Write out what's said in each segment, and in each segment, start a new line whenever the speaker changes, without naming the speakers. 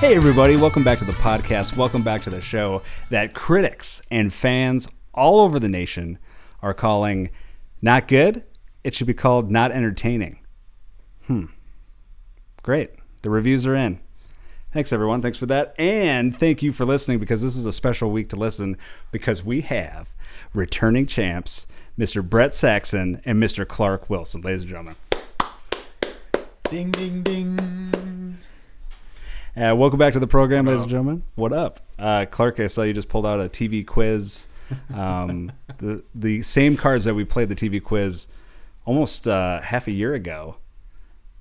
Hey, everybody, welcome back to the podcast. Welcome back to the show that critics and fans all over the nation are calling not good. It should be called not entertaining. Hmm. Great. The reviews are in. Thanks, everyone. Thanks for that. And thank you for listening because this is a special week to listen because we have returning champs, Mr. Brett Saxon and Mr. Clark Wilson. Ladies and gentlemen,
Ding ding ding.
Uh, welcome back to the program, ladies and gentlemen. What up, uh, Clark? I saw you just pulled out a TV quiz. Um, the the same cards that we played the TV quiz almost uh, half a year ago.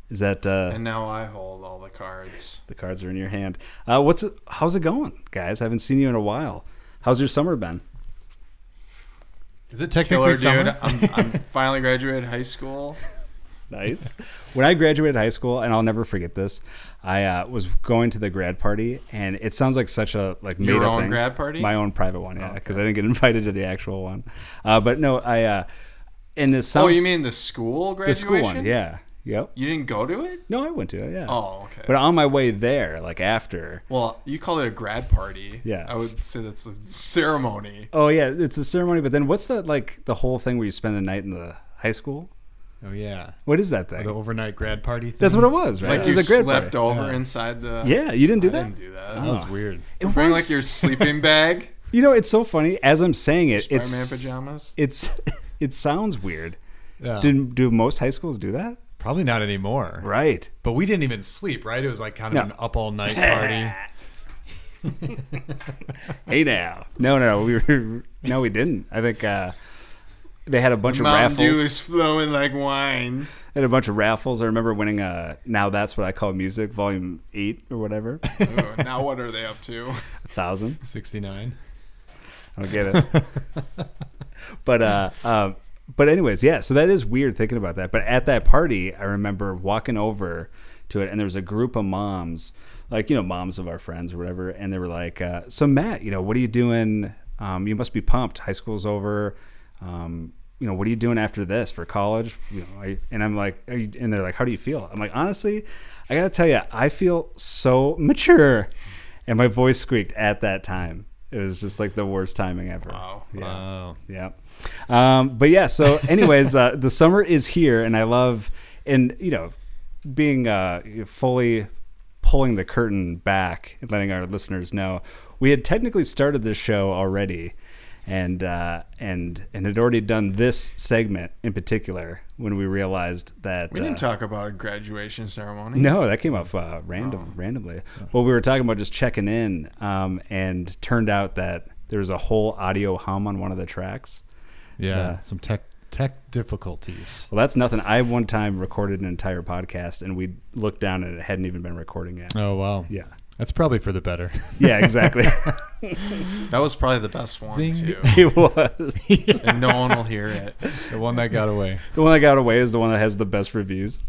Is that uh,
And now I hold all the cards.
the cards are in your hand? Uh, what's it, how's it going, guys? I haven't seen you in a while. How's your summer been?
Is it
Killer
technically
dude,
summer?
I'm, I'm finally graduated high school.
Nice. when I graduated high school, and I'll never forget this, I uh, was going to the grad party, and it sounds like such a like
Your
made-up
own
thing.
grad party?
my own private one, yeah, because I didn't get invited to the actual one. Uh, but no, I uh, in this sounds
Oh, you mean the school
the
graduation?
school one? Yeah, yep.
You didn't go to it?
No, I went to it. Yeah.
Oh, okay.
But on my way there, like after.
well, you call it a grad party.
Yeah.
I would say that's a ceremony.
Oh yeah, it's a ceremony. But then what's that like? The whole thing where you spend the night in the high school?
oh yeah,
What is that
the
thing?
overnight grad party thing.
That's what it was, right?
Like
it
you
was a grad
slept
party.
over inside the.
Yeah, you didn't do
I
that.
didn't do that.
That was weird.
It
Bring
was-
like your sleeping bag.
You know, it's so funny. As I'm saying it,
Spider Man
it's
pajamas.
it's it sounds weird.
Yeah.
Did do most high schools do that?
Probably not anymore.
Right.
But we didn't even sleep, right? It was like kind of
No.
an up all night party.
Hey now. No, no, we were no, we didn't. I think uh, they had a bunch of
Mountain
raffles.
Dew is flowing like wine.
They had a bunch of raffles. I remember winning a now that's what I call music volume eight or whatever.
Ooh, Oh, now what are they up to?
a thousand.
Sixty nine.
I don't get it. but uh, um, but anyways, yeah. So that is weird thinking about that. But at that party, I remember walking over to it, and there was a group of moms, like you know, moms of our friends or whatever, and they were like, uh, "So Matt, you know, what are you doing? Um, you must be pumped. High school's over." Um, you know what are you doing after this for college? You know, I, and I'm like, are you, and they're like, how do you feel? I'm like, honestly, I gotta tell you, I feel so mature, and my voice squeaked at that time. It was just like the worst timing ever.
Wow.
Yeah.
Wow.
Yeah. Um, but yeah, so anyways, uh, the summer is here and I love and you know, being uh, fully pulling the curtain back and letting our listeners know we had technically started this show already and uh, and and had already done this segment in particular when we realized that
We didn't
uh,
talk about a graduation ceremony.
no, that came up uh,
Oh.
random, randomly. Well, we were talking about just checking in, um, and turned out that there was a whole audio hum on one of the tracks.
Yeah.
Yeah.
Some tech tech difficulties.
Well, that's nothing. I one time recorded an entire podcast, and we looked down and it hadn't even been recording yet.
Oh wow.
Yeah,
That's probably for the better.
yeah, exactly.
That was probably the best one,
Zing.
too.
it was
and no one will hear it.
the one that got away.
the one that got away is the one that has the best reviews.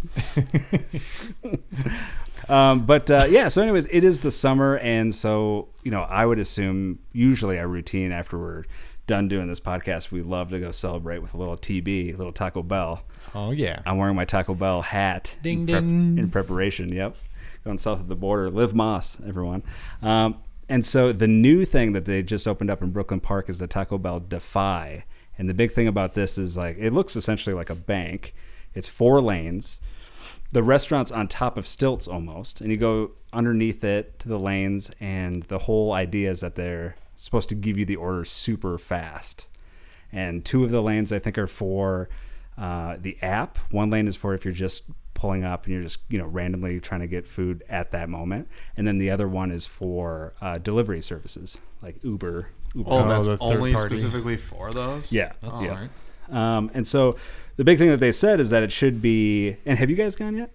um, but uh, yeah, so anyways, it is the summer, and so you know, I would assume usually our routine after we're done doing this podcast, we love to go celebrate with a little TB, a little Taco Bell.
Oh yeah.
I'm wearing my Taco Bell hat.
Ding,
in, prep-
ding.
in preparation. Yep, going south of the border. Live Moss, everyone. Um, and so the new thing that they just opened up in Brooklyn Park is the Taco Bell Defy. And the big thing about this is like it looks essentially like a bank. It's four lanes. The restaurant's on top of stilts almost, and you go underneath it to the lanes. And the whole idea is that they're supposed to give you the order super fast and two of the lanes I think are for uh, the app. One lane is for if you're just pulling up and you're just you know randomly trying to get food at that moment, and then the other one is for uh, delivery services like Uber. Uber.
Oh,
Oh,
that's
the third
only
party.
specifically for those?
yeah,
That's
yeah.
smart.
Um, and so the big thing that they said is that it should be. And have you guys gone yet?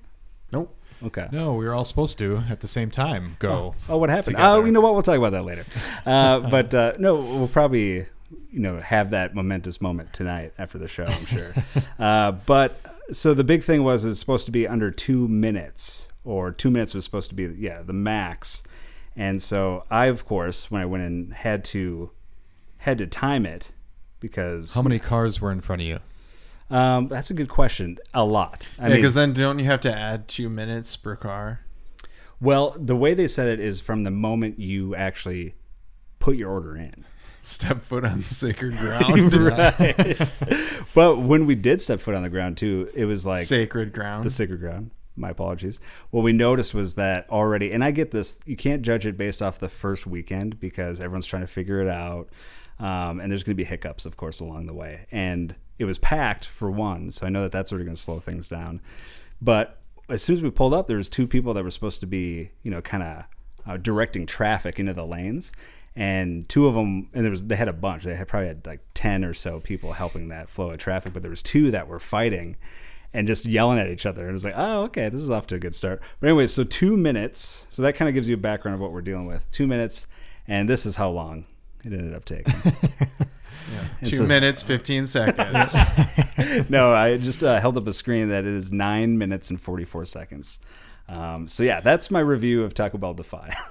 Nope.
Okay.
No, we were all supposed to at the same time go.
Oh, what happened?
together.
Oh, you know what? We'll talk about that later. Uh, but uh, no, we'll probably you know have that momentous moment tonight after the show. I'm sure. uh, but so the big thing was it's supposed to be under two minutes, or two minutes was supposed to be yeah the max. And so I, of course, when I went in, had to had to time it because
How many cars were in front of you?
um, that's a good question. A lot. I
Yeah,
mean,
because then don't you have to add two minutes per car?
Well, the way they said it is from the moment you actually put your order in.
Step foot on sacred ground.
right. but when we did step foot on the ground too, it was like
Sacred ground.
the sacred ground. My apologies. What we noticed was that already, and I get this, you can't judge it based off the first weekend because everyone's trying to figure it out. Um, and there's going to be hiccups, of course, along the way. And it was packed for one. So I know that that's sort of going to slow things down. But as soon as we pulled up, there was two people that were supposed to be, you know, kind of uh, directing traffic into the lanes. And two of them, and there was they had a bunch. They had probably had like ten or so people helping that flow of traffic. But there was two that were fighting, and just yelling at each other. And it was like, oh, okay, this is off to a good start. But anyway, so two minutes. So that kind of gives you a background of what we're dealing with. Two minutes, and this is how long it ended up taking.
Two
so-
minutes, 15 seconds.
no, I just uh, held up a screen that it is nine minutes and forty-four seconds. Um, so yeah, that's my review of Taco Bell Defy.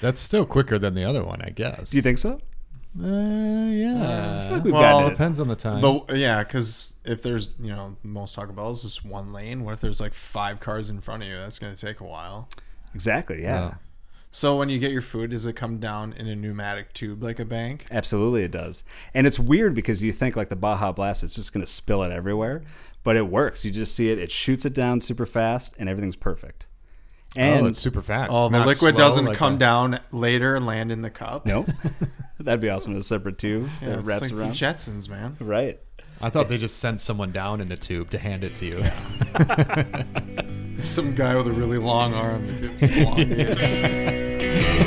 That's still quicker than the other one, I guess.
Do you think so?
Uh, yeah.
I feel like we've
well,
gotten it.
depends on the time. Oh,
The, yeah, because if there's, you know, most Taco Bells, just one lane. What if there's like five cars in front of you? That's going to take a while.
Exactly. Yeah.
Oh.
So when you get your food, does it come down in a pneumatic tube like a bank?
Absolutely, it does. And it's weird because you think like the Baja Blast, it's just going to spill it everywhere, but it works. You just see it; it shoots it down super fast, and everything's perfect. And
oh, it's super fast.
Oh,
It's
the
not
liquid
slow
doesn't
like
come
a-
down later and land in the cup.
no, that'd be awesome. It's separate tube.
Yeah,
it
it's
wraps
like
around.
the Jetsons, man.
right.
I thought they just sent someone down in the tube to hand it to you.
Some guy with a really long arm. that gets long nails.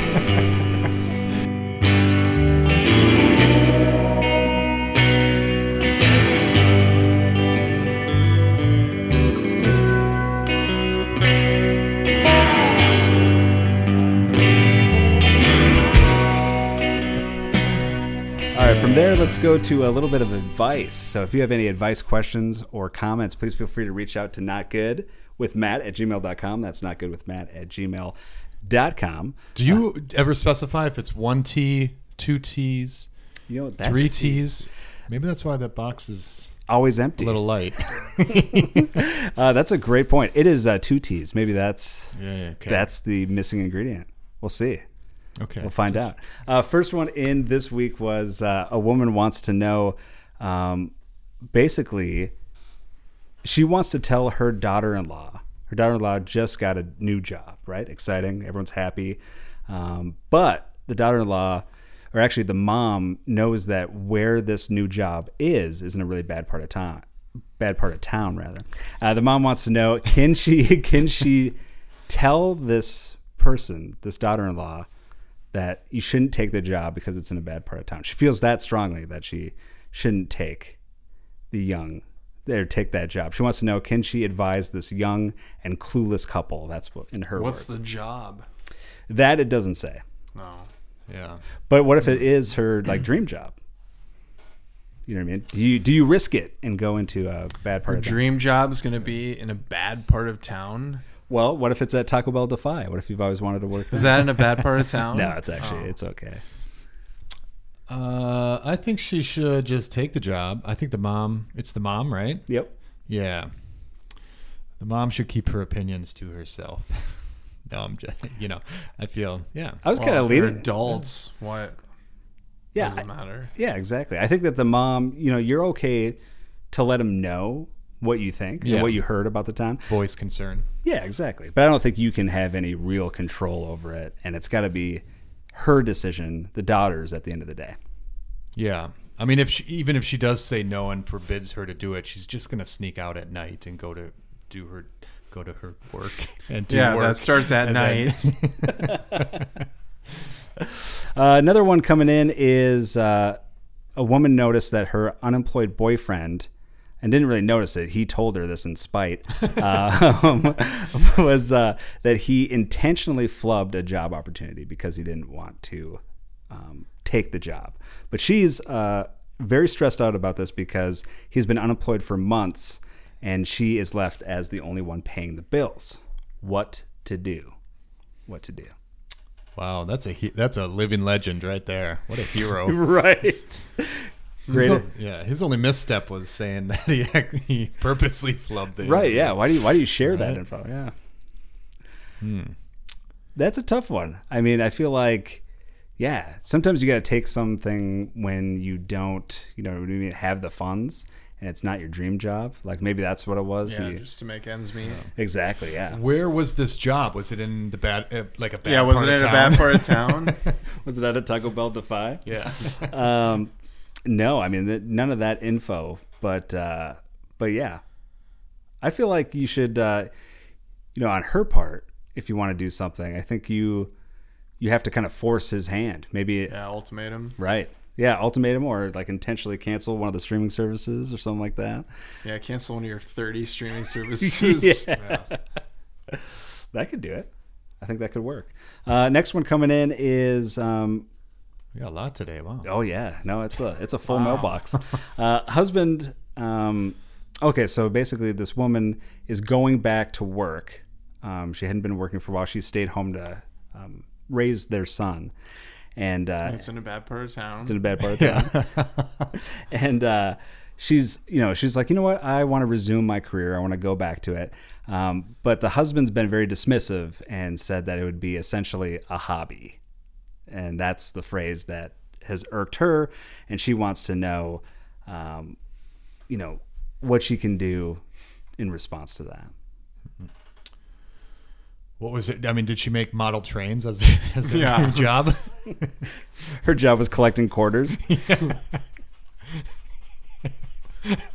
All right, from there, let's go to a little bit of advice. So, if you have any advice, questions, or comments, please feel free to reach out to Not Good with Matt at gmail.com. That's Not Good with Matt at gmail.com.
Do you ever specify if it's one T, two T's,
You know, that's
three T's? Maybe that's why that box is
always
a
empty.
little light.
Uh, that's a great point. It is uh, two T's. Maybe that's
Yeah, yeah, okay.
that's the missing ingredient. We'll see.
okay.
We'll find out. Uh, first one in this week was uh, a woman wants to know um, basically, she wants to tell her daughter in law. Her daughter in law just got a new job, right? Exciting. Everyone's happy. Um, but the daughter in law, or actually the mom, knows that where this new job is, is in a really bad part of town. Bad part of town, rather. Uh, the mom wants to know can she can she tell this person, this daughter in law, that you shouldn't take the job because it's in a bad part of town. She feels that strongly that she shouldn't take the young or take that job. She wants to know can she advise this young and clueless couple? That's what in her
What's
words.
the job?
that it doesn't say.
No.
Yeah.
But what if it is her like dream job? You know what I mean? Do you do you risk it and go into a bad part
Her
of town?
dream job's going to be in a bad part of town.
Well, what if it's at Taco Bell Defy? What if you've always wanted to work there?
Is that Oh. in a bad part of town?
no, it's actually it's okay.
Uh, I think she should just take the job. I think the mom, it's the mom, right?
Yep.
Yeah. The mom should keep her opinions to herself. no, I'm just, you know, I feel, yeah.
I was kind
Well,
of
they're
leading.
adults. What
Yeah,
does
I-
it matter?
Yeah, exactly. I think that the mom, you know, you're okay to let him know what you think
Yeah.
and what you heard about the town.
Voice concern.
Yeah, exactly. But I don't think you can have any real control over it, and it's got to be her decision, the daughter's, at the end of the day.
Yeah. I mean, if she, even if she does say no and forbids her to do it, she's just going to sneak out at night and go to do her, go to her work and do
yeah,
work.
that starts at night.
Uh, another one coming in is uh, a woman noticed that her unemployed boyfriend, and didn't really notice it. He told her this in spite. uh, um, was uh, that he intentionally flubbed a job opportunity because he didn't want to um, take the job. But she's uh, very stressed out about this because he's been unemployed for months, and she is left as the only one paying the bills. What to do? What to do?
Wow, that's a he- that's a living legend right there. What a hero!
Right. Great.
So- yeah, his only misstep was saying that he act- he purposely flubbed it.
Right. Hmm. Yeah. Why do you Why do you share that
Right.
info? Yeah. That's a tough one. I mean, I feel like, yeah, sometimes you got to take something when you don't, you know, what I mean, have the funds and it's not your dream job. Like maybe that's what it was.
Yeah,
You-
just to make ends meet.
exactly. Yeah.
Where was this job? Was it in the bad, uh, like a bad?
Yeah, was
part
it
of
in a
town?
bad part of town?
Was it at a Taco Bell Defy?
yeah.
Um, no, I mean, th- none of that info, but, uh, but yeah, I feel like you should, uh, you know, on her part, if you want to do something, I think you, you have to kind of force his hand. Maybe uh,
yeah, ultimatum.
Right. Yeah, ultimatum or like intentionally cancel one of the streaming services or something like that.
Yeah, cancel one of your 30 streaming services.
That could do it. I think that could work. Uh, next one coming in is um,
We got a lot today. Wow.
oh yeah, no, it's a it's a full mailbox. Uh, husband. Um, okay, so basically, this woman is going back to work. Um, she hadn't been working for a while. She stayed home to um, raise their son, and uh,
It's in a bad part of town.
It's in a bad part of town. and uh, she's, you know, she's like, you know what? I want to resume my career. I want to go back to it. Um, but the husband's been very dismissive and said that it would be essentially a hobby. And that's the phrase that has irked her. And she wants to know, um, you know, what she can do in response to that.
What was it? I mean, did she make model trains as, as a
Yeah.
job?
Her job was collecting quarters.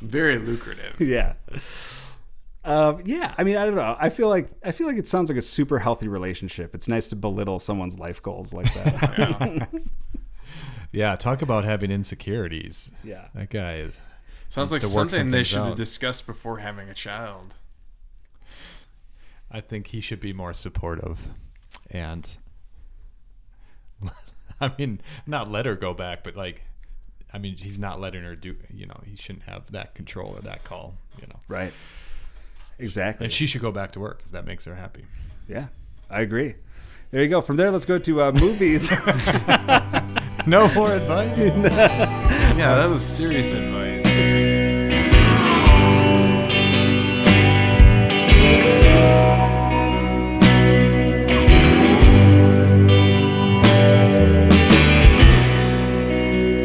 Very lucrative.
yeah. Um, yeah, I mean, I don't know. I feel like I feel like it sounds like a super healthy relationship. It's nice to belittle someone's life goals like that.
yeah. Talk about having insecurities.
Yeah.
That guy is.
Sounds like
to work some
something they
things
should have
out.
discussed before having a child.
I think he should be more supportive, and I mean, not let her go back, but like, I mean, he's not letting her do. You know, he shouldn't have that control or that call. You know,
right. Exactly.
and she should go back to work if that makes her happy.
yeah, I agree. There you go. From there, let's go to uh, movies.
No more advice.
Yeah, that was serious advice.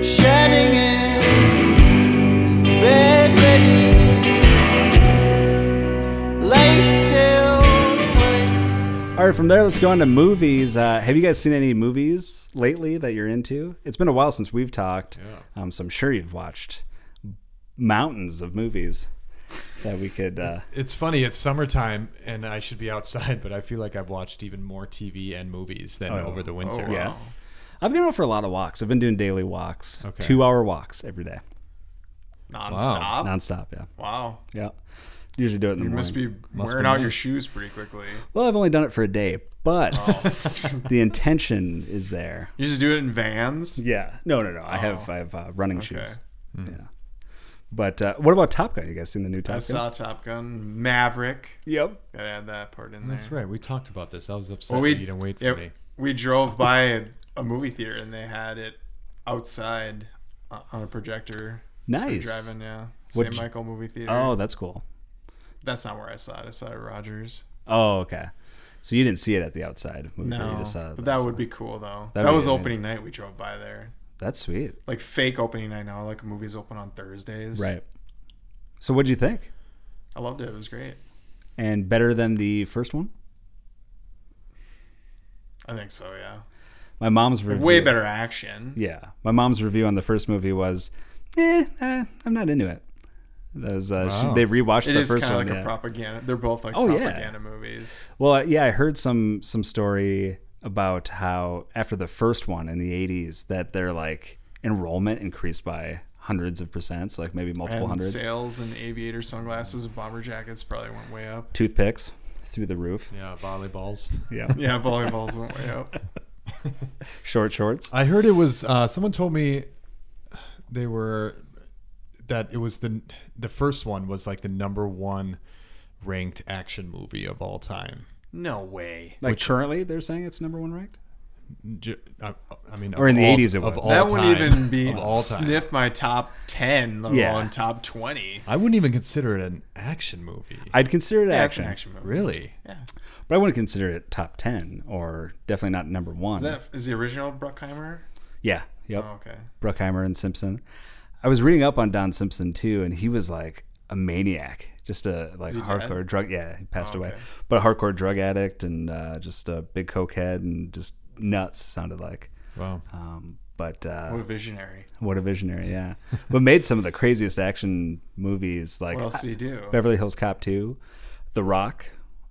Shining in bed ready, lay still away.
All right, from there, let's go on to movies. Uh, have you guys seen any movies lately that you're into? It's been a while since we've talked, um, so I'm sure you've watched mountains of movies that we could. Uh,
It's funny. It's summertime, and I should be outside, but I feel like I've watched even more TV and movies than over the winter.
Oh,
Yeah.
wow.
I've been out for a lot of walks. I've been doing daily walks,
Okay.
two-hour walks every day,
Nonstop.
nonstop. Yeah.
Wow.
Yeah. Usually do it in the
Oh. You
morning.
must be wearing out your shoes pretty quickly.
well, I've only done it for a day, but
Oh.
the intention is there.
You just do it in vans.
Yeah. No, no, no. I have I have uh, running
Oh. Okay. Hmm.
shoes. Yeah. But uh, what about Top Gun? You guys seen the new Top
I
Gun?
saw Top Gun, Maverick.
Yep.
Gotta add that part in there.
That's right. We talked about this. I was upset
Well, we
that you didn't wait for
yeah,
me.
We drove by a, a movie theater and they had it outside uh, on a projector. for
Nice.
Driving, yeah.
What'd
St.
you-
Michael movie theater.
Oh, that's cool.
That's not where I saw it. I saw it at Rogers.
Oh, okay. So you didn't see it at the outside movie theater, You
No,
just saw it.
but that would be cool though.
That'd
that
be
was
amazing.
opening night. We drove by there,
that's sweet.
like fake opening night now. Like movies open on Thursdays.
Right. So what'd you think?
I loved it. It was great.
And better than the first one?
I think so. Yeah.
My mom's review.
Way better action.
Yeah, my mom's review on the first movie was, eh, eh, I'm not into it. That was uh, she-
Wow.
they rewatched
It
the
is kind
first
of
one.
like
yeah.
a propaganda. They're both like
Oh, yeah.
propaganda movies.
well, uh, yeah, I heard some some story about how after the first one in the 80s that their like enrollment increased by hundreds of percents, like maybe multiple
And
hundreds.
sales and aviator sunglasses and bomber jackets probably went way up.
Toothpicks through the roof.
Yeah, volleyballs.
Yeah,
Yeah, volleyballs went way up.
short shorts.
I heard it was. Uh, someone told me they were that it was the the first one was like the number one ranked action movie of all time.
No way.
Like currently, they're saying it's number one ranked.
J- I, I mean,
Or in
of
the
all-
80s it
of
was.
all
that
time.
wouldn't even be
of all time.
sniff my top ten, let
Yeah.
alone top twenty.
I wouldn't even consider it an action movie.
I'd consider it
Yeah, it's
action,
an action movie.
really?
Yeah.
but I wouldn't consider it top ten or definitely not number one.
Is that is the original Bruckheimer?
yeah, yep.
Oh, okay.
Bruckheimer and Simpson. I was reading up on Don Simpson too, and he was like a maniac, just a like
dead? Oh,
hardcore drug. Yeah, he passed away,
okay.
but a hardcore drug addict and uh, just a big cokehead and just nuts. Sounded like,
Wow.
um, but
What
uh,
a visionary.
what a visionary, yeah. but made some of the craziest action movies, like
What else did he do?
Beverly Hills Cop Two, The Rock.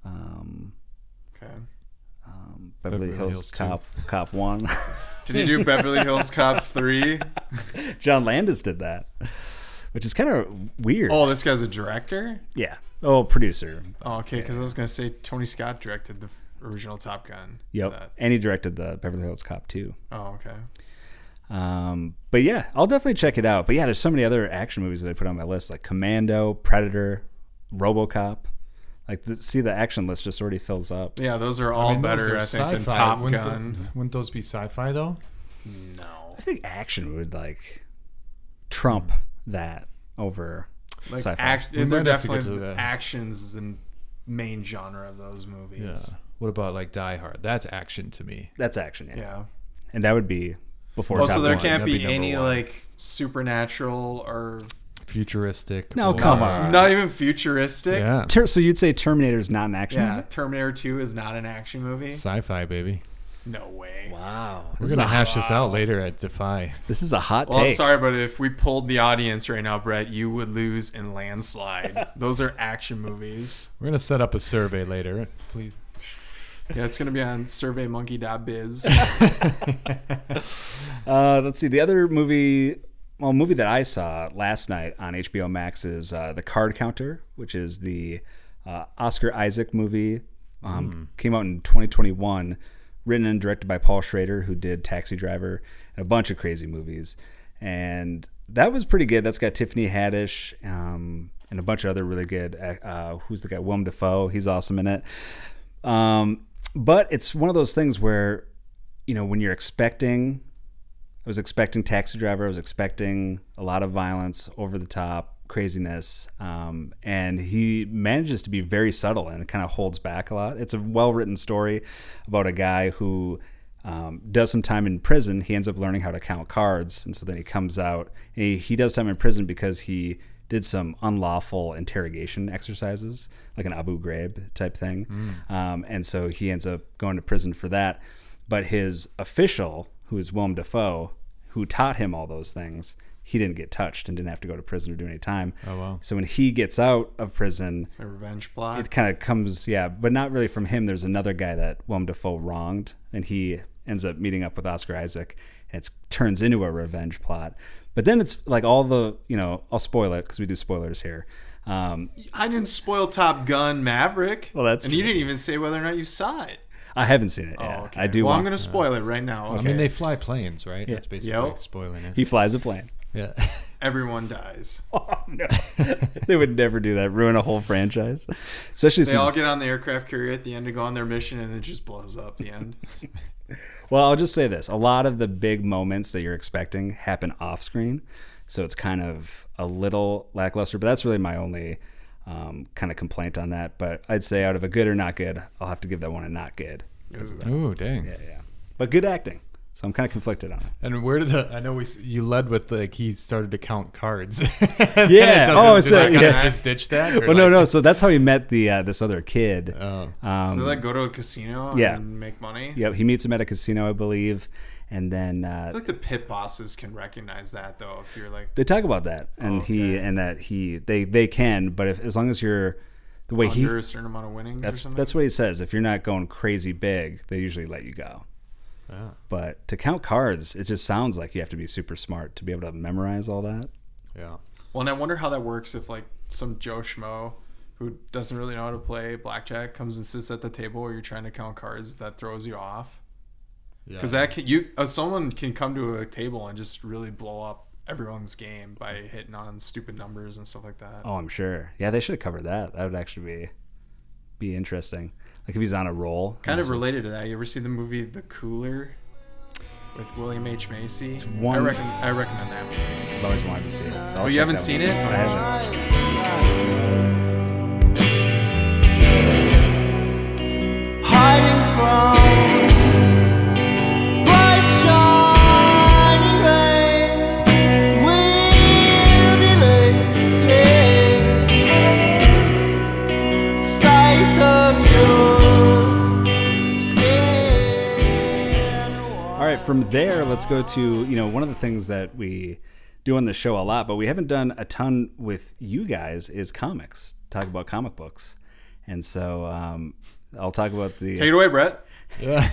Um,
Okay.
um, Beverly,
Beverly
Hills,
Hills 2.
Cop Cop One.
Did he do Beverly Hills Cop three?
John Landis did that, which is kind of weird.
Oh, this guy's a director.
Yeah. Oh, producer.
Oh, okay, because I was gonna say Tony Scott directed the original Top Gun.
Yep.
That-
And he directed the Beverly Hills Cop too.
Oh, okay.
Um, but yeah, I'll definitely check it out. But yeah, there's so many other action movies that I put on my list, like Commando, Predator, RoboCop. Like, the, see, the action list just already fills up.
Yeah, those are all
I mean, those
better,
are
I think, than
sci-fi.
Top
Wouldn't the-
Gun.
wouldn't those be sci-fi though?
no.
I think action would like trump that over
Like
sci-fi.
act-
We
they're
might have to get
definitely
to that.
actions the main genre of those movies.
What about like Die Hard? That's action to me.
That's action, yeah.
Yeah.
And that would be before.
Also,
Top
there
Gun.
can't
That'd
be,
be number
any
one.
like supernatural or
Futuristic.
No,
or-
come on.
not even futuristic.
Yeah.
Ter- so you'd say Terminator's not an action?
Yeah,
movie?
Terminator 2 is not an action movie.
Sci-fi, baby.
No way.
Wow.
We're
This, is
gonna
a,
hash this out later at Defy.
this is a hot
Well, I'm
take.
sorry, but if we pulled the audience right now, Brett, you would lose in landslide. Those are action movies.
We're gonna set up a survey later. Please.
Yeah, it's gonna be on SurveyMonkey.biz.
Uh, let's see. The other movie, well, movie that I saw last night on HBO Max is uh, The Card Counter, which is the uh, Oscar Isaac movie. Um, Came out in 2021, written and directed by Paul Schrader, who did Taxi Driver and a bunch of crazy movies. And that was pretty good. That's got Tiffany Haddish um, and a bunch of other really good. uh, Uh, who's the guy? Willem Dafoe. He's awesome in it. Um, but it's one of those things where, you know, when you're expecting I was expecting Taxi Driver. I was expecting a lot of violence, over the top craziness, um, and he manages to be very subtle and kind of holds back a lot. It's a well written story about a guy who um, does some time in prison. He ends up learning how to count cards, and so then he comes out and he, he does time in prison because he did some unlawful interrogation exercises, like an Abu Ghraib type thing, um, and so he ends up going to prison for that but his official, who is Willem Dafoe, who taught him all those things, he didn't get touched and didn't have to go to prison or do any time.
Oh, wow.
So when he gets out of prison,
a revenge plot.
it kind of comes, yeah, but not really from him. There's another guy that Willem Dafoe wronged, and he ends up meeting up with Oscar Isaac, and it turns into a revenge plot. But then it's like all the, you know, I'll spoil it because we do spoilers here. Um,
I didn't spoil Top Gun Maverick.
Well, that's
and you
true.
didn't even say whether or not you saw it.
I haven't seen it. Yeah,
Oh, okay.
I do.
Well,
want,
I'm gonna spoil it right now. Okay.
I mean, they fly planes, right? That's basically
Yep.
spoiling it.
He flies a plane.
yeah.
Everyone dies.
Oh, no. they would never do that. Ruin a whole franchise, especially
They
since.
all get on the aircraft carrier at the end to go on their mission, and it just blows up. The end.
well, I'll just say this: a lot of the big moments that you're expecting happen off screen, so it's kind of a little lackluster. But that's really my only um, kind of complaint on that. But I'd say out of a good or not good, I'll have to give that one a not good.
Ooh, dang.
Yeah, yeah. But good acting. So I'm kind of conflicted on it.
And where did the? I know we s- you led with like he started to count cards.
Yeah. Oh, so-
so
yeah.
just ditch that. Or
Well, no,
like-
no. So that's how he met the uh, this other kid.
Oh.
Um,
So they like go to a casino
Yeah.
and make money.
yep, he meets him at a casino, I believe, and then uh,
I feel like the pit bosses can recognize that though. If you're like,
they talk about that and he and that he they they can but if as long as you're the way he
under a certain amount of winnings or
that's
Oh, something.
that's what he says if you're not going crazy big they usually let you go
Ah.
but to count cards it just sounds like you have to be super smart to be able to memorize all that
Yeah.
well, and I wonder how that works if like some Joe schmo who doesn't really know how to play blackjack comes and sits at the table where you're trying to count cards. If that throws you off, because that can, you uh, someone can come to a table and just really blow up everyone's game by hitting on stupid numbers and stuff like that.
oh i'm sure yeah they should have covered that that would actually be be interesting like if he's on a roll
Kind of related to that, you ever see the movie The Cooler? with William H Macy.
one-
I reckon. I recommend that. Movie.
I've always wanted to see it. So I'll
Oh, you
check
haven't
that
seen
one
it?
out. I haven't.
Hiding from bright shining rays, we'll delay, yeah. Sight of your skin.
All right, from there, let's go to, you know, one of the things that we do on the show a lot, but we haven't done a ton with you guys is comics, talk about comic books. And so um, I'll talk about the.
Take it away, Brett.
Yeah.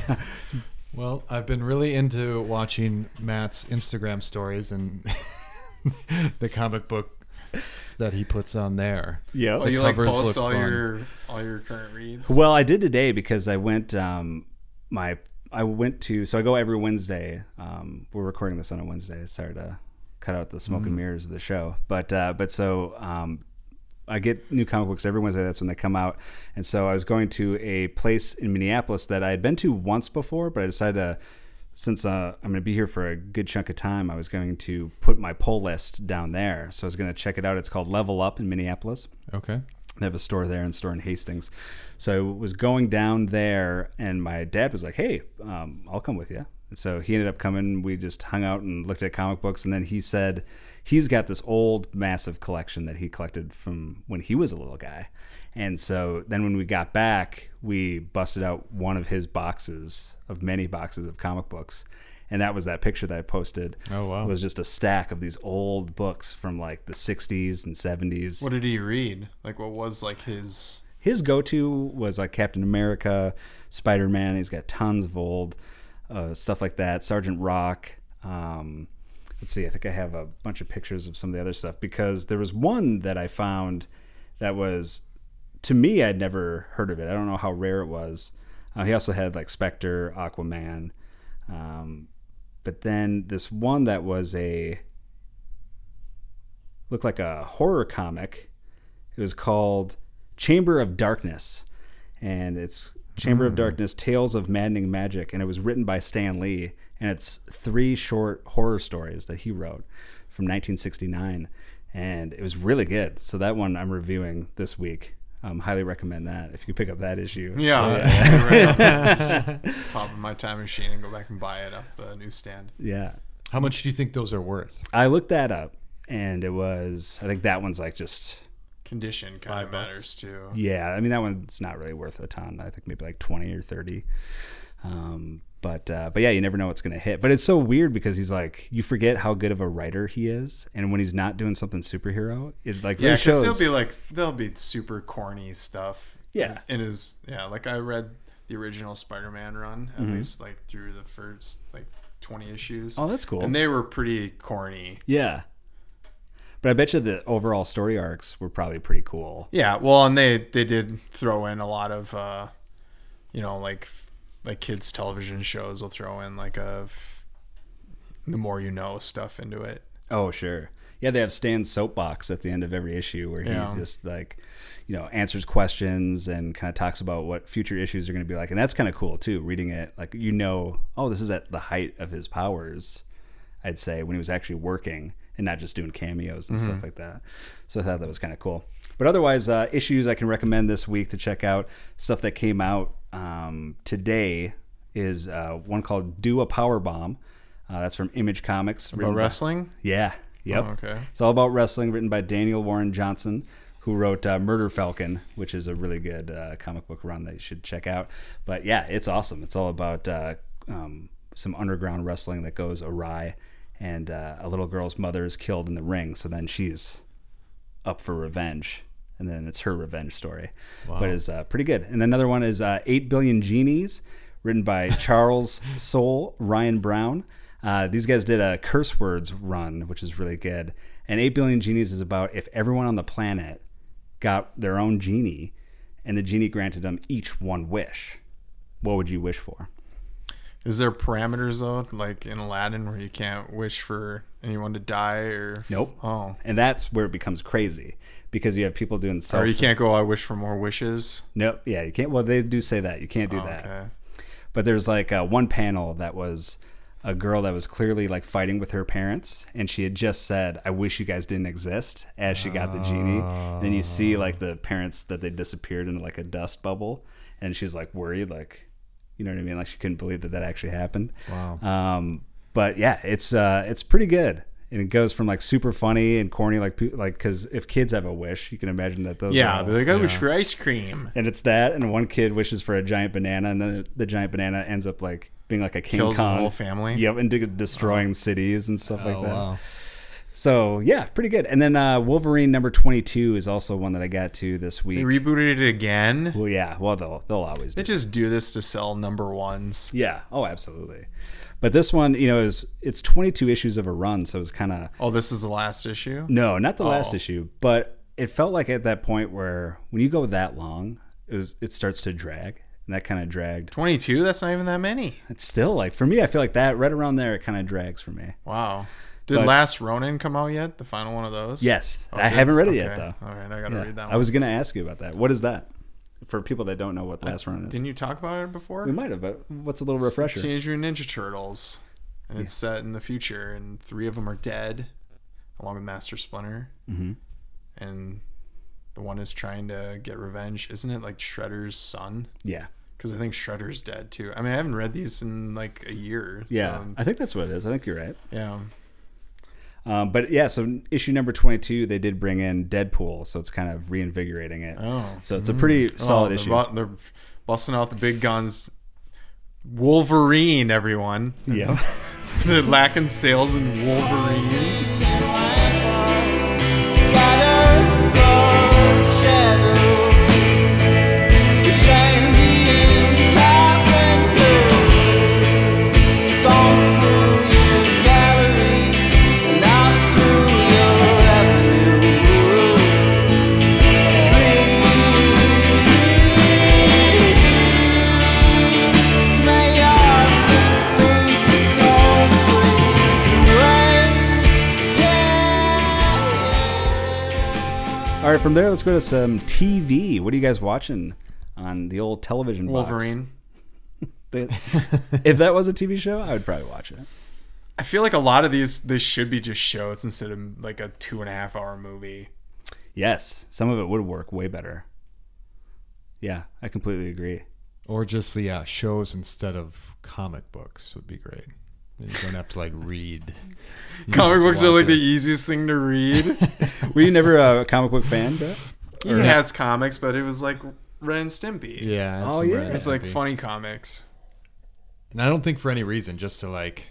well, I've been really into watching Matt's Instagram stories and the comic books that he puts on there.
yeah.
Oh, you like
covers
post
look
all
fun.
your all your current reads.
Well, I did today because I went um, my I went to so I go every Wednesday. Um, we're recording this on a Wednesday. Sorry to cut out the smoke and mirrors of the show, but uh, but so um, I get new comic books every Wednesday. That's when they come out. And so I was going to a place in Minneapolis that I had been to once before, but I decided to. Since uh, I'm going to be here for a good chunk of time, I was going to put my poll list down there. So I was going to check it out. It's called Level Up in Minneapolis.
Okay.
They have a store there and a store in Hastings. So I was going down there, and my dad was like, "Hey, um, I'll come with you." And so he ended up coming. We just hung out and looked at comic books, and then he said he's got this old massive collection that he collected from when he was a little guy. And so then when we got back, we busted out one of his boxes of many boxes of comic books. And that was that picture that I posted.
Oh, wow.
It was just a stack of these old books from like the 60s and 70s
what did he read? Like, what was like his?
his go-to was like Captain America, Spider Man. He's got tons of old uh, stuff like that. Sergeant Rock. Um, let's see. I think I have a bunch of pictures of some of the other stuff because there was one that I found that was to me I'd never heard of it. I don't know how rare it was. Uh, he also had like Spectre, Aquaman. Um, but then this one that was a looked like a horror comic. It was called Chamber of Darkness, and it's Chamber of Darkness: Tales of Maddening Magic, and it was written by Stan Lee, and it's three short horror stories that he wrote from 1969, and it was really good. So that one I'm reviewing this week. Um, highly recommend that if you pick up that issue.
Yeah, that's right. uh, pop in my time machine and go back and buy it off the newsstand.
yeah.
How much do you think those are worth?
I looked that up, and it was I think that one's like just
Condition kind of matters too.
yeah i mean that one's not really worth a ton i think maybe like 20 or 30 um, but uh, but yeah you never know what's going to hit but it's so weird because he's like you forget how good of a writer he is and when he's not doing something superhero it like
Yeah,
really
because
shows
there'll be like there'll be super corny stuff.
Yeah.
in his yeah, like I read the original Spider-Man run at least like through the first like twenty issues.
Mm-hmm. oh that's cool
and they were pretty corny.
yeah but i bet you the overall story arcs were probably pretty cool
Yeah, well, and they they did throw in a lot of, uh, you know, like like kids television shows will throw in like a f- the more you know stuff into it.
Oh, sure. Yeah, they have Stan's soapbox at the end of every issue where he
Yeah.
just like, you know, answers questions and kind of talks about what future issues are going to be like. And that's kind of cool too, reading it. Like, you know, oh, this is at the height of his powers, I'd say, when he was actually working and not just doing cameos and stuff like that. So I thought that was kind of cool. But otherwise, uh, issues I can recommend this week to check out stuff that came out um, today is uh, one called Do a Power Bomb. Uh, that's from Image Comics.
But
written by-
wrestling,
yeah. Yep.
Oh, okay.
It's all about wrestling, written by Daniel Warren Johnson, who wrote uh, Murder Falcon, which is a really good uh, comic book run that you should check out. But yeah, it's awesome. It's all about uh, um, some underground wrestling that goes awry, and uh, a little girl's mother is killed in the ring. So then she's up for revenge. And then it's her revenge story, but it's uh, pretty good. And another one is uh, Eight Billion Genies, written by Charles Soule, Ryan Brown. Uh, these guys did a curse words run, which is really good. And Eight Billion Genies is about if everyone on the planet got their own genie, and the genie granted them each one wish, what would you wish for?
is there parameters though, like in Aladdin, where you can't wish for anyone to die or
Nope.
Oh,
And that's where it becomes crazy because you have people doing self.
or you can't go. I wish for more wishes.
Nope. Yeah, you can't. Well, they do say that you can't do that.
Okay.
but there's like uh, one panel that was a girl that was clearly like fighting with her parents, and she had just said, "I wish you guys didn't exist." As she got the genie, then you see like the parents that they disappeared into like a dust bubble, and she's like worried, like you know what I mean, like she couldn't believe that that actually happened.
Wow.
Um, but yeah, it's uh, it's pretty good. And it goes from like super funny and corny, like pe- like because if kids have a wish, you can imagine that those are
Yeah,
all-
they're like, I wish for ice cream.
and it's that, and one kid wishes for a giant banana, and then the giant banana ends up like being like a King
Kills the
Kong.
whole family.
Yep, and de- destroying cities and stuff like
Oh,
that.
wow.
So yeah, pretty good. And then uh, Wolverine number twenty-two is also one that I got to this
They
week.
rebooted it again.
well, yeah, well they'll they'll always do.
They just do this to sell number ones.
yeah, oh absolutely. But this one, you know, is it's twenty-two issues of a run, so it's kind of
Oh, this is the last issue?
No, not the last
Oh.
issue, but it felt like at that point where when you go that long, it was it starts to drag, and that kind of dragged.
22? That's not even that many.
It's still like for me, I feel like that right around there, it kind of drags for me.
Wow. Did
But-
Last Ronin come out yet? The final one of those?
Yes,
Oh,
I
did-
haven't read it yet
okay.
though.
All right, I gotta
Yeah.
read that one.
I was gonna ask you about that. What is that? For people that don't know what Last Run is,
Didn't you talk about it before?
we might have. But what's a little
It's the
refresher?
Teenage Mutant Ninja Turtles, and it's set in the future, and three of them are dead, along with Master Splinter,
Mhm.
and the one is trying to get revenge. Isn't it like Shredder's son?
Yeah,
Because I think Shredder's dead too. I mean, I haven't read these in like a year.
yeah.
so,
I think that's what it is. I think you're right.
yeah.
Um, but yeah, so issue number twenty-two, they did bring in Deadpool, so it's kind of reinvigorating it.
Oh,
So it's a pretty
Oh,
solid
they're
issue.
bu- they're busting out the big guns. Wolverine, everyone.
yeah.
They're lacking sales in Wolverine.
May your feet be cold with rain.
All right, from there, let's go to some TV. What are you guys watching on the old television? box?
Wolverine.
They- if that was a TV show, I would probably watch it.
I feel like a lot of these they should be just shows instead of like a two and a half hour movie.
Yes, some of it would work way better. Yeah, I completely agree.
Or just yeah, shows instead of comic books would be great. Then you don't have to like read. You
Comic
just
books are
watch
like the
it.
easiest thing to read.
Were you never a comic book fan? Brett?
he has comics, but it was like Ren and Stimpy.
yeah.
Oh,
some
yeah.
Ren and
It's like
Stimpy.
funny comics.
and I don't think for any reason, just to like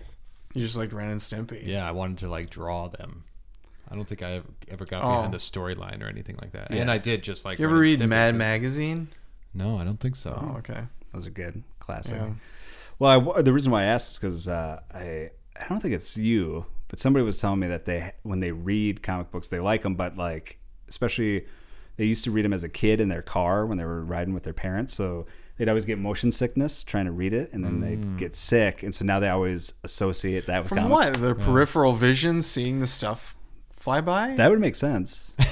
You just like Ren and Stimpy.
yeah, I wanted to like draw them. I don't think I ever, ever got
Oh.
behind the storyline or anything like that. And I did just like
You ever
Ren and
read
Stimpy
Mad
because-
Magazine?
No, I don't think so.
Oh, okay.
Those are good, classic.
Yeah.
Well, I w the reason why I asked is because uh, I I don't think it's you, but somebody was telling me that they when they read comic books they like them, but like especially they used to read them as a kid in their car when they were riding with their parents, so they'd always get motion sickness trying to read it, and then they'd get sick, and so now they always associate that with
Mm. From
comics.
what? The peripheral vision, seeing the stuff fly by?
That would make sense.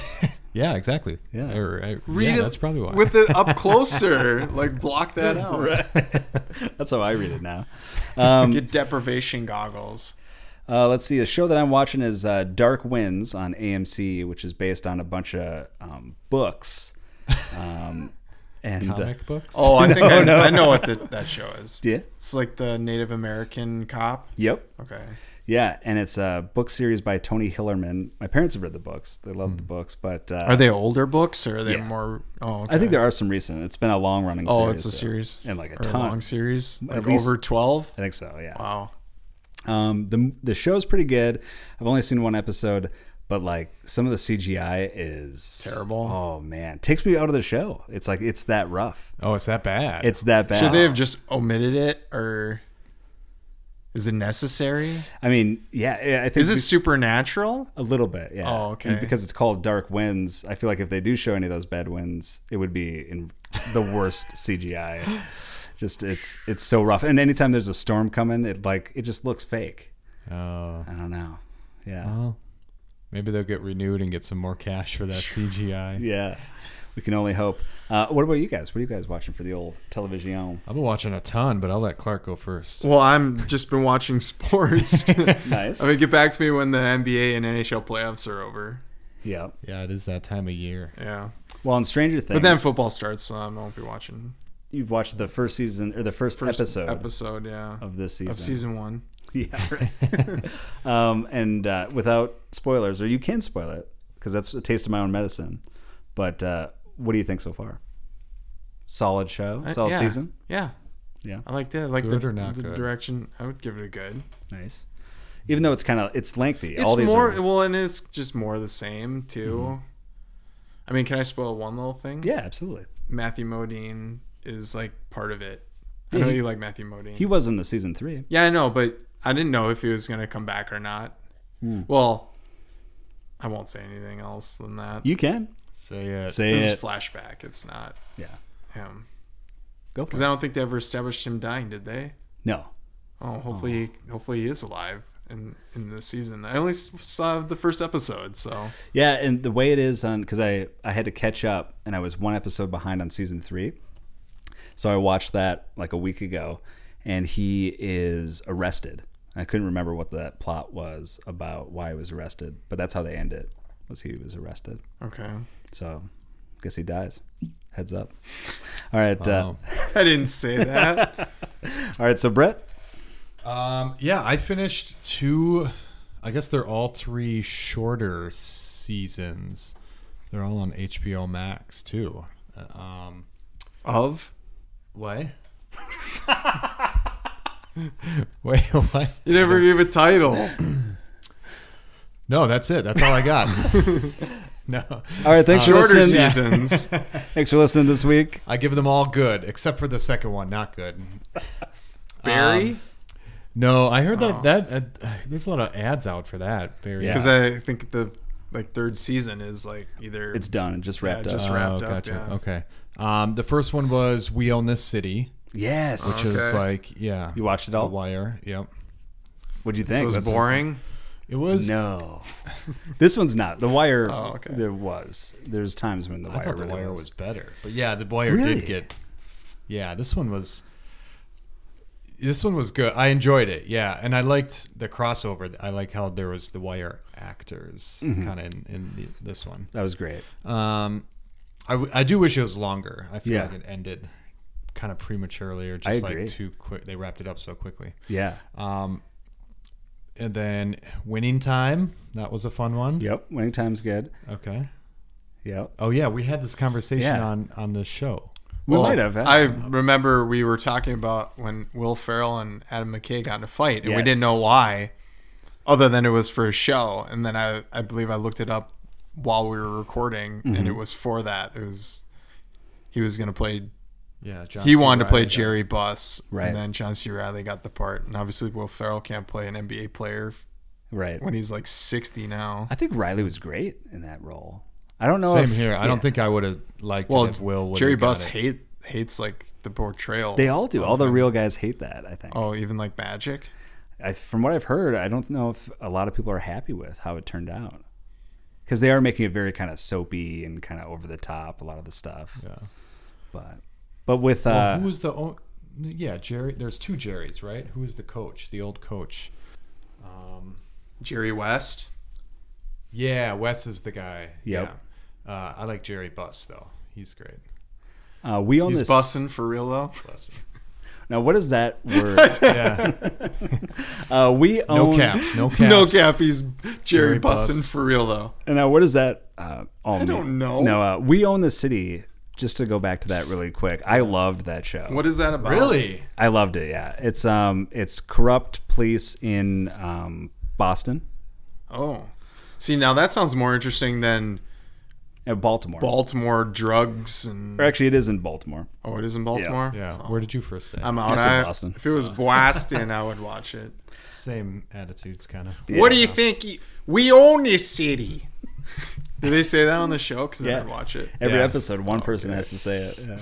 Yeah, exactly.
Yeah.
Or, I,
read
yeah,
it
that's probably why.
with it up closer. like block that out.
That's how I read it now. Um,
Get deprivation goggles.
Uh, let's see. The show that I'm watching is uh, Dark Winds on AMC, which is based on a bunch of um, books. Um, and uh,
comic books.
Oh, I think I,
no.
I know what the, that show is.
yeah,
It's like the Native American cop.
yep,
Okay.
yeah. And it's a book series by Tony Hillerman. My parents have read the books; they love the books. But uh,
Hmm. Are they older books or are they
Yeah.
more? Oh, okay.
I think there are some recent. It's been a long running.
Oh,
series,
it's a
so-
series
and like a
or a
ton.
long series, like
least-
over twelve.
I think so. Yeah.
Wow.
Um, the the show's pretty good. I've only seen one episode, but like some of the CGI is
Terrible.
Oh man, takes me out of the show. It's like it's that rough.
Oh, it's that bad.
It's that bad.
Should they have just omitted it, or is it necessary?
I mean, yeah, I- I think
Is it supernatural?
we- a little bit. Yeah.
Oh, okay.
And because it's called Dark Winds, I feel like if they do show any of those bad winds, it would be in the worst CGI. Just it's it's so rough. And anytime there's a storm coming, it like it just looks fake.
Oh.
I don't know. Yeah.
Oh.
Well, maybe they'll get renewed and get some more cash for that CGI.
Yeah. We can only hope. Uh, what about you guys? What are you guys watching for the old television?
I've been watching a ton, but I'll let Clark go first.
Well, I'm just been watching sports.
Nice.
I mean, get back to me when the NBA and NHL playoffs are over.
Yeah.
Yeah, it is that time of year.
Yeah,
Well, on Stranger Things,
but then football starts, so I won't be watching
you've watched the first season or the first, episode,
episode. Yeah,
Oh. of this season.
of season one.
Yeah. Right. um, and uh, without spoilers, or you can spoil it because that's a taste of my own medicine. But uh, what do you think so far? Solid show,
I-
solid
yeah.
season.
Yeah,
Yeah.
I liked it. I like
Good
the,
or not
the
good?
direction. I would give it a good.
Nice. Even though it's kind of it's lengthy.
It's
All these
more
Are, Mm-hmm.
well, and it's just more the same too. I mean, can I spoil one little thing?
yeah, absolutely.
Matthew Modine is like part of it. I know you like Matthew Modine.
He was in the season three.
yeah, I know, but I didn't know if he was gonna come back or not.
Hmm.
Well, I won't say anything else than that.
You can
Say it.
say
This
it.
is flashback. It's not
yeah.
him
Go
because
for
I
it.
don't think they ever established him dying, did they?
No.
Oh, hopefully, hopefully he is alive in in this season. I only s- saw the first episode, so
Yeah, and the way it is on because I I had to catch up and I was one episode behind on season three, so I watched that like a week ago, and he is arrested. I couldn't remember what that plot was about why he was arrested, but that's how they end it. Was he was arrested?
okay.
So, guess he dies. Heads up. All right,
Wow.
uh,
I didn't say that.
all right. So Brett,
Um, yeah, I finished two. I guess they're all three shorter seasons. They're all on HBO Max too. Uh, Um,
of
what? Wait, what?
you never gave a title.
No, that's it. That's all I got. no,
all right. Thanks for
Shorter
listening.
seasons.
Thanks for listening this week.
I give them all good except for the second one, not good.
Barry,
Um, No, I heard that that uh, there's a lot of ads out for that. Very
Oh. Yeah.
because I think the like third season is like either
It's done. It just wrapped
just
up.
wrapped.
Oh,
up,
gotcha.
yeah.
Okay. Um, the first one was We Own This City,
yes.
which is
Okay.
like yeah,
you watched it
The
all.
Wire. Yep.
What'd you
it
think?
was
Let's-
boring.
It was.
No, this one's not. The Wire.
Oh, okay.
There was. There's times when the
I
Wire.
thought The
really
Wire was better, but yeah, The Wire
Really?
did get. Yeah, this one was. This one was good. I enjoyed it. Yeah, and I liked the crossover. I like how there was The Wire actors
Mm-hmm.
kind of in, in the, this one.
That was great.
Um, I, w- I do wish it was longer. I feel
Yeah.
like it ended kind of prematurely or just
agree.
like too quick. They wrapped it up so quickly.
Yeah.
Um, and then winning time. That was a fun one.
yep. Winning time's good.
Okay.
Yep.
Oh yeah, we had this conversation
Yeah.
on on the show.
We
Well,
might have. huh?
I remember we were talking about when Will Ferrell and Adam McKay got in a fight, and we didn't know
Yes.
why, other than it was for a show. And then I, I believe I looked it up while we were recording,
Mm-hmm.
and it was for that. It was he was going to play.
Yeah, John
He
C.
wanted to play
Reilly.
Jerry Buss,
Right.
and then John C. Riley got the part. And obviously, Will Ferrell can't play an NBA player
right.
when he's like sixty now.
I think Riley was great in that role. I don't know.
Same
if-
here. I
yeah.
don't think I would have liked
Well,
it if Will would.
Jerry Buss
Bus.
hate hates like the portrayal.
They all do. All the real guys hate that. I think.
oh, even like Magic.
I, from what I've heard, I don't know if a lot of people are happy with how it turned out. Because they are making it very kind of soapy and kind of over the top. A lot of the stuff.
Yeah.
But but with uh,
Well, who was the? o- Yeah, Jerry. There's two Jerrys, right? Who was the coach? The old coach. Um,
Jerry West.
Yeah, Wes is the guy.
Yep.
Yeah. Uh, I like Jerry Buss though. He's great.
uh, we own
He's
this.
busting for real though.
Now, what is that word?
Yeah.
uh, we own.
No caps. No caps.
No cap. He's Jerry,
Jerry
busting
Buss.
for real though.
And now, what does that uh, all mean?
don't know.
No, uh, we own the city. Just to go back to that really quick, I loved that show.
What is that about?
Really?
I loved it. Yeah, it's um, it's corrupt police in um, Boston,
Oh, see now that sounds more interesting than
uh, Baltimore.
Baltimore drugs and.
or actually, it is in Baltimore.
Oh, it is in Baltimore. Oh,
Yeah. Where did you first say?
I'm out.
said
I-
Boston.
if it was Boston, I would watch it.
Same attitudes, kind of.
Yeah.
What do you think? You, we own this city. Do they say that on the show? Because
Yeah.
I'd watch it.
Every
Yeah.
episode,
Oh,
one person has to say it. Yeah.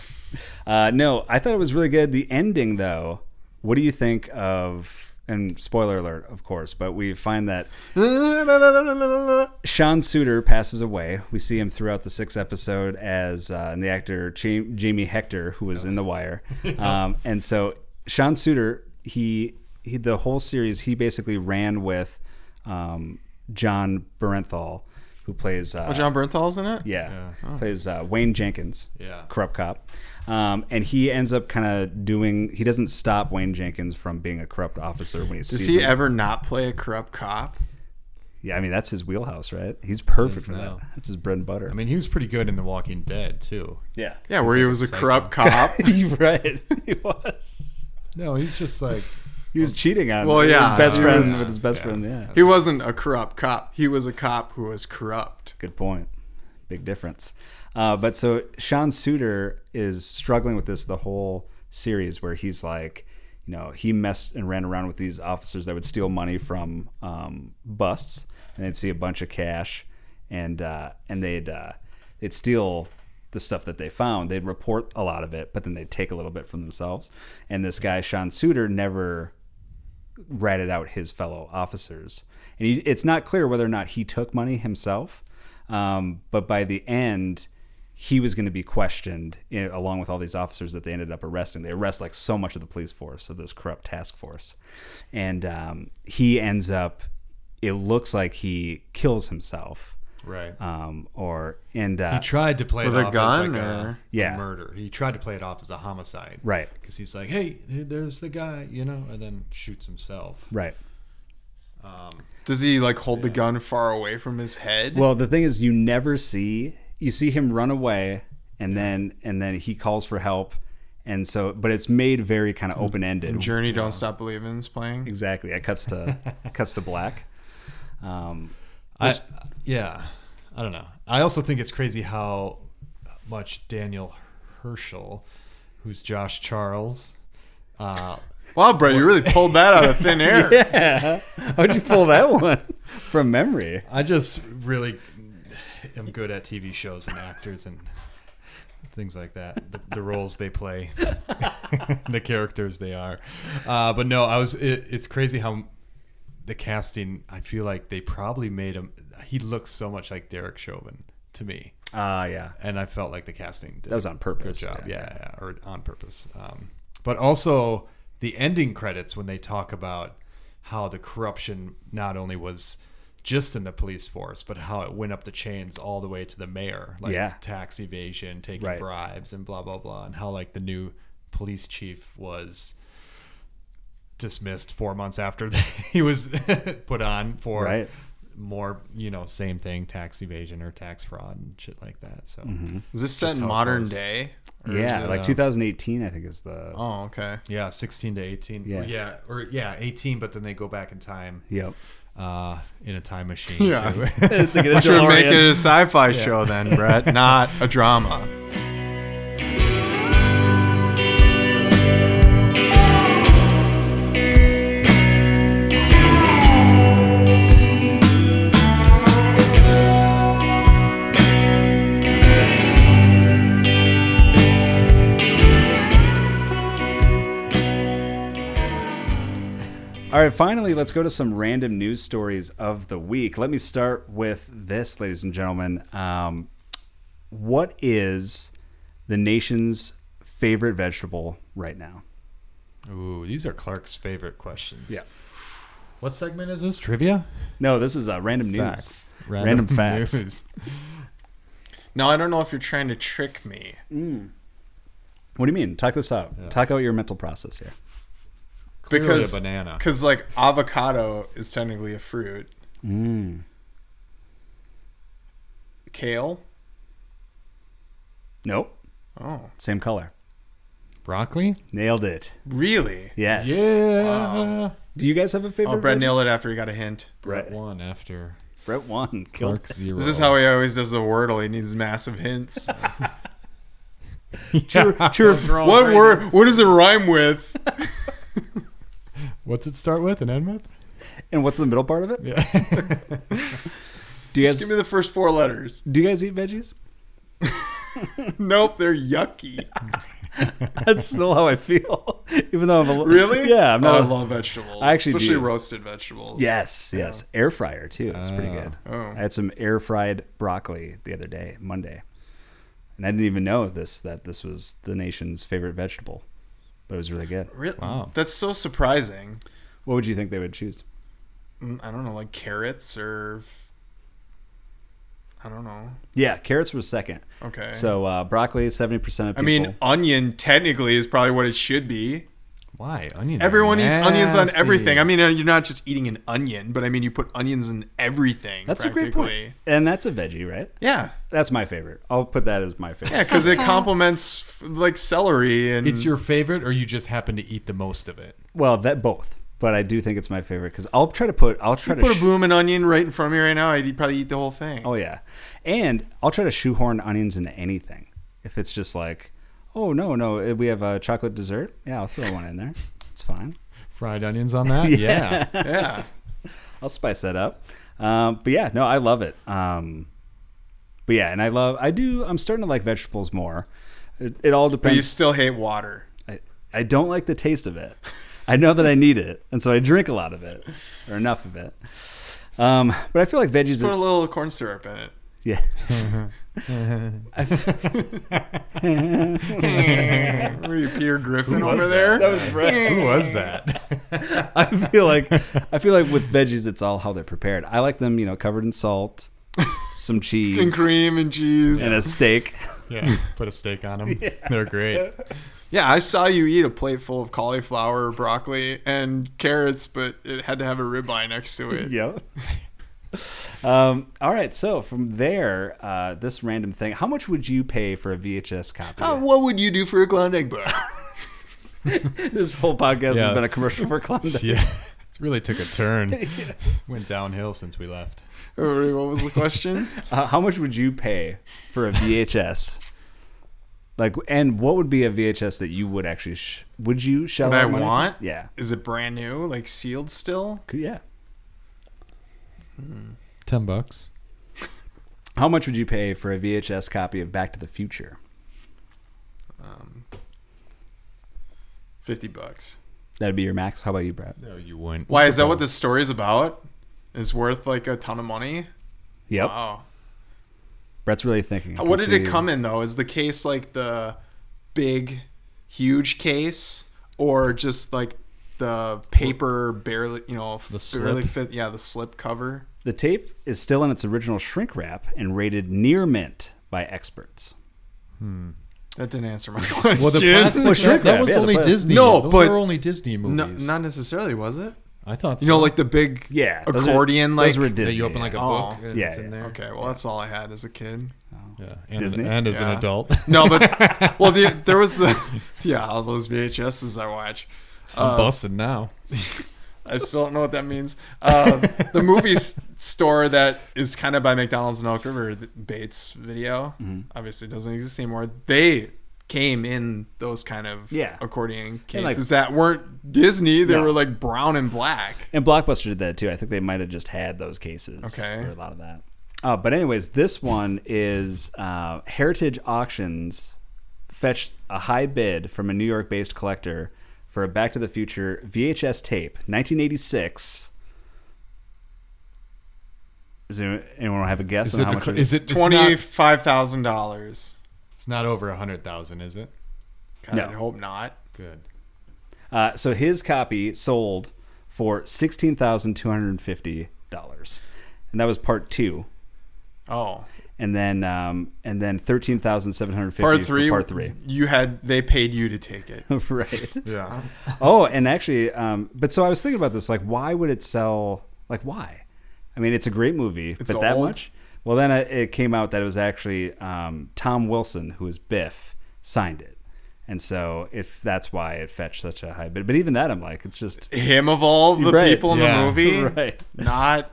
Uh, no, I thought it was really good. The ending, though, what do you think of? and spoiler alert, of course, but we find that Sean Suter passes away. We see him throughout the sixth episode as uh, and the actor Ch- Jamie Hector, who was in The Wire, um, and so Sean Suter, he, he the whole series, he basically ran with um, John Berenthal, wou plays uh,
Oh, John Bernthal's in it.
yeah, plays uh, Wayne Jenkins,
Yeah.
corrupt cop, um, and he ends up kind of doing. He doesn't stop Wayne Jenkins from being a corrupt officer when he
Does
sees
he
him.
ever not play a corrupt cop?
yeah, I mean that's his wheelhouse, right? He's perfect for
now.
that. That's his bread and butter.
I mean, he was pretty good in The Walking Dead too.
yeah,
Yeah, where he was a
psycho.
corrupt cop.
You're right. He was.
No, he's just like
He was cheating on.
Well, yeah,
his best
he
friend
was-
with his best
yeah.
friend. Yeah,
He wasn't a corrupt cop. He was a cop who was corrupt.
Good point. Big difference. Uh, but so Sean Suter is struggling with this the whole series where he's like, you know, he messed and ran around with these officers that would steal money from um, busts, and they'd see a bunch of cash, and uh, and they'd uh, they'd steal the stuff that they found. They'd report a lot of it, but then they'd take a little bit from themselves. And this guy Sean Suter never ratted out his fellow officers. And he, it's not clear whether or not he took money himself, um, but by the end, he was going to be questioned you know, along with all these officers that they ended up arresting. They arrest like so much of the police force of this corrupt task force. And um, he ends up, it looks like he kills himself.
right.
Um, or, and,
He
uh,
tried to play
With
it
a
off
gun,
as like a
or-
Yeah.
murder. He tried to play it off as a homicide,
right,
Because he's like, hey, there's the guy, you know, and then shoots himself.
right.
Um,
Does he like hold the gun far away from his head?
Well, the thing is, you never see you see him run away, and then and then he calls for help, and so but it's made very kind of open ended.
Journey, don't stop believing is playing.
Exactly, it cuts to cuts to black. Um,
I, yeah, I don't know. I also think it's crazy how much Daniel Herschel, who's Josh Charles, uh,
Wow, bro, you really pulled that out of thin air.
yeah, how'd you pull that one from memory?
I just really am good at TV shows and actors and things like that. The, the roles they play, the characters they are. Uh, but no, I was. It, it's crazy how the casting. I feel like they probably made him. He looks so much like Derek Chauvin to me,
Ah, yeah,
and I felt like the casting. Did
that was on purpose.
Good job. Yeah, yeah, or on purpose. Um, but also the ending credits when they talk about how the corruption not only was just in the police force, but how it went up the chains all the way to the mayor, like
Yeah.
tax evasion, taking
Right.
bribes, and blah blah blah, and how like the new police chief was dismissed four months after he was put on for
Right.
more, you know, same thing, tax evasion or tax fraud and shit like that. So.
Is this set in
how it
modern
goes.
day? Or is
Yeah,
it-
like 2018, I think is the.
Oh, okay.
Yeah, sixteen to eighteen.
Yeah.
Yeah, yeah, or yeah, eighteen. But then they go back in time
Yep.
uh, in a time machine.
Yeah.
too.
We should make it a sci-fi show then, Brett, not a drama.
All right, finally, let's go to some random news stories of the week. Let me start with this, ladies and gentlemen. Um, what is the nation's favorite vegetable right now?
Ooh, these are Clark's favorite questions.
Yeah.
What segment is this? Trivia.
No, this is uh, random news. Random facts.
news.
Now I don't know if you're trying to trick me.
What do you mean? Talk this out. Talk out your mental process here.
Clearly
Because
a banana.
Because like avocado is technically a fruit.
Mm.
Kale.
Nope.
Oh,
Same color.
Broccoli.
Nailed it.
really?
Yes.
Yeah.
Do you guys have a favorite?
Oh, Brett
veg-
nailed it after he got a hint.
Brett,
One after
Brett won. Killed.
Clark zero.
This is how he always does the wordle. He needs massive hints.
True. true.
what word? What does it rhyme with?
What's it start with? An end with?
And what's the middle part of it?
Yeah.
Do you guys
Just give me the first four letters.
do you guys eat veggies?
Nope, they're yucky.
That's still how I feel. Even though I'm a,
Really?
Yeah, I'm not.
Oh,
a-
I love vegetables.
I actually
especially
do.
roasted vegetables.
Yes, yes. Air fryer too. It's pretty good.
Oh.
I had some air fried broccoli the other day, Monday, and I didn't even know this that this was the nation's favorite vegetable, but it was really good.
Really?
Wow.
That's so surprising.
What would you think they would choose?
Mm, I don't know, like carrots or f- I don't know.
Yeah, carrots were second.
Okay.
So uh, broccoli, seventy percent of
I
people.
mean, onion technically is probably what it should be.
Why onion?
Everyone eats onions on
Nasty.
everything. I mean, uh, you're not just eating an onion, but I mean, you put onions in everything.
that's a great point.
practically.
And that's a veggie, right?
Yeah,
That's my favorite. I'll put that as my favorite.
yeah, because it complements f- like celery and
It's your favorite, or you just happen to eat the most of it.
Well, that both, but I do think it's my favorite because I'll try to put I'll try
You
to
put a
sh-
blooming onion right in front of me right now. I'd probably eat the whole thing.
oh yeah, and I'll try to shoehorn onions into anything if it's just like oh no no eh, we have a chocolate dessert yeah I'll throw one in there it's fine
Fried onions on that? yeah.
yeah.
I'll spice that up um, but yeah no I love it um, but yeah and I love I do I'm starting to like vegetables more it, it all
But you
depends
still hate water.
I, I don't like the taste of it. I know that I need it, and so I drink a lot of it or enough of it. Um, but I feel like veggies.
Just put a little corn syrup in it.
yeah.
What are you, Peter Griffin over there? That was
Who was that?
I feel like I feel like with veggies, it's all how they're prepared. I like them, you know, covered in salt, some cheese,
and cream and cheese.
and a steak.
yeah. Put a steak on them. They're great.
yeah, I saw you eat a plate full of cauliflower, broccoli, and carrots, but it had to have a ribeye next to it.
yep. Um, all right, so from there, uh, this random thing. How much would you pay for a VHS copy?
Uh, what would you do for a Klondike bar?
This whole podcast
Yeah.
has been a commercial for Klondike.
Yeah. It really took a turn. Went downhill since we left.
Or what was the question?
Uh, how much would you pay for a VHS? like, and what would be a VHS that you would actually sh- would you shell
What I
out money for?
want?
Yeah,
Is it brand new, like sealed still?
Could- yeah.
Ten bucks.
How much would you pay for a VHS copy of Back to the Future?
Fifty bucks.
That'd be your max. How about you, Brad?
No, you wouldn't.
Why is that what this story is about? Is worth like a ton of money?
Yep.
Wow.
Brett's really thinking. I
What
can
did it
see-
come in though? Is the case like the big, huge case, or just like the paper barely, you know,
The
f- barely
slip?
fit? Yeah, the slip cover.
The tape is still in its original shrink wrap and rated near mint by experts.
That didn't answer my question.
Well, the plastic,
Well, shrink
that, that
wrap,
was
yeah, the
only
plastic.
Disney.
No,
Those
but-
were only Disney
no,
movies.
not necessarily, was it?
I thought so.
You know, like the big
Yeah, those are-
accordion, like
those were Disney.
that you open like a
yeah.
Oh.
book. And
Yeah,
it's
yeah.
in there.
Okay, well, that's all I had as a kid.
Yeah. And,
Disney?
and as
Yeah.
an adult.
No, but well, the, there was uh, yeah, all those VHSs I watch.
I'm busting now.
I still don't know what that means. Uh, the movie s- store that is kind of by McDonald's in Elk River, the Bates Video,
Mm-hmm.
obviously doesn't exist anymore. They came in those kind of
Yeah.
accordion
And,
cases
like-
that weren't Disney. They
No.
were like brown and black.
And Blockbuster did that too. I think they might have just had those cases
Okay.
for a lot of that. Uh, but anyways, this one is uh, Heritage Auctions fetched a high bid from a New York-based collector for a Back to the Future VHS tape, 1986. Does anyone anyone have a guess on
Is it,
how much?
a,
it is?
is it it's
Twenty
Not,
five thousand dollars.
it's not over a hundred thousand, is it?
God,
No.
I hope not.
Good.
Uh, so his copy sold for sixteen thousand two hundred fifty dollars, and that was part two.
Oh,
and then um, and then thirteen thousand seven hundred fifty.
part three.
Part three.
You had they paid you to take it.
right.
Yeah.
Oh, and actually, um, but so I was thinking about this. Like, why would it sell? Like, why? I mean, it's a great movie, but that
old.
much. Well, then it, it came out that it was actually um, Tom Wilson, who was Biff, signed it, and so if that's why it fetched such a high bid. But even that, I'm like, it's just
Him of all the
Right.
people in
Yeah.
the movie,
right.
not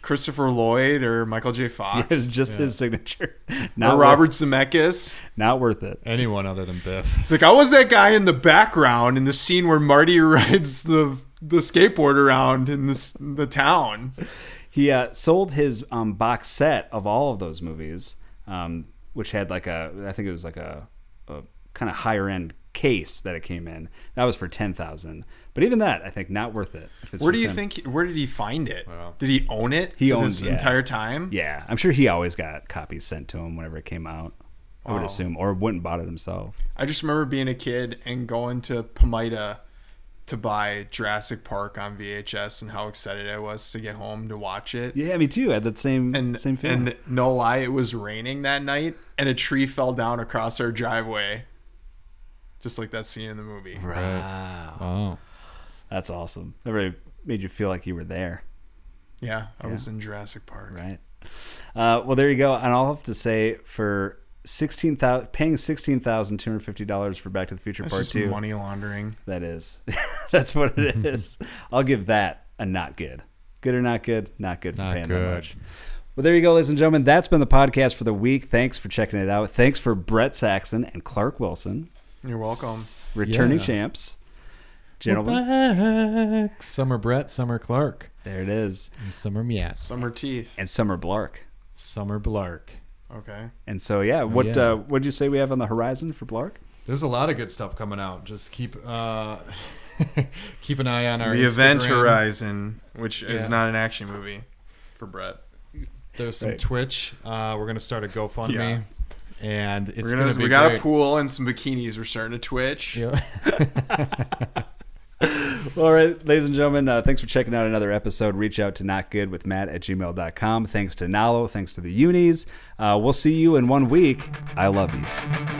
Christopher Lloyd or Michael J. Fox.
It's just his signature. Not
or
wor-
Robert Zemeckis.
not worth it.
Anyone other than Biff.
It's like I was that guy in the background in the scene where Marty rides the the skateboard around in this the town.
he uh, sold his um, box set of all of those movies, um, which had like a, I think it was like a, a kind of higher end case that it came in. That was for ten thousand. But even that, I think, not worth it. if it's
Where do
just
you
him.
think? Where did he find it?
Wow.
Did he own it?
He
for
owned-
this
yeah.
entire time.
Yeah, I'm sure he always got copies sent to him whenever it came out. I would
Wow.
assume, or wouldn't bought it himself.
I just remember being a kid and going to Pomita to buy Jurassic Park on VHS and how excited I was to get home to watch it.
Yeah, me too. I had that same
And,
same feeling.
and no lie, it was raining that night, and a tree fell down across our driveway, just like that scene in the movie.
wow,
Oh.
that's awesome. That really made you feel like you were there.
Yeah, I was in Jurassic Park.
Right. Uh, well, there you go. And I'll have to say for sixteen thousand, paying sixteen thousand two hundred fifty dollars for Back to the Future
That's
Part
just
Two.
money laundering.
That is, that's what it is. I'll give that a not good. Good or not good? Not good for
Not
paying that
good.
much. Well, there you go, ladies and gentlemen. That's been the podcast for the week. Thanks for checking it out. Thanks for Brett Saxon and Clark Wilson,
You're welcome.
returning
Yeah.
champs.
We're
Gentlemen,
back. Summer Brett, Summer Clark,
there it is.
and Summer Miat.
Summer teeth.
And Summer Blark.
Summer Blark.
Okay.
And so, yeah, what
yeah.
Uh, what'd you say we have on the horizon for Blark?
There's a lot of good stuff coming out. Just keep uh, keep an eye on our
the Event
Instagram.
Horizon, which
Yeah.
is not an action movie for Brett.
There's some
Right.
Twitch. Uh, we're gonna start a GoFundMe,
Yeah.
and it's
We're
gonna,
gonna,
be
we got
great.
a pool and some bikinis. We're starting to twitch.
Yeah.
Well, all right, ladies and gentlemen, uh, thanks for checking out another episode. Reach out to notgood with Matt at gmail.com. Thanks to Nalo. Thanks to the unis. Uh, we'll see you in one week. I love you.